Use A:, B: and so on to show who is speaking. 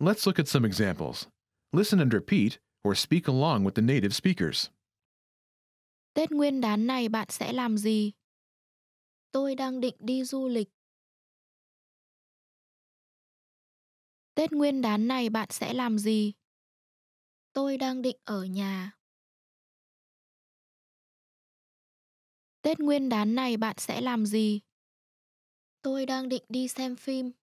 A: Let's look at some examples. Listen and repeat or speak along with the native speakers.
B: Tết Nguyên đán này bạn sẽ làm gì? Tôi đang định đi du lịch. Tết Nguyên đán này bạn sẽ làm gì? Tôi đang định ở nhà. Tết Nguyên đán này bạn sẽ làm gì? Tôi đang định đi xem phim.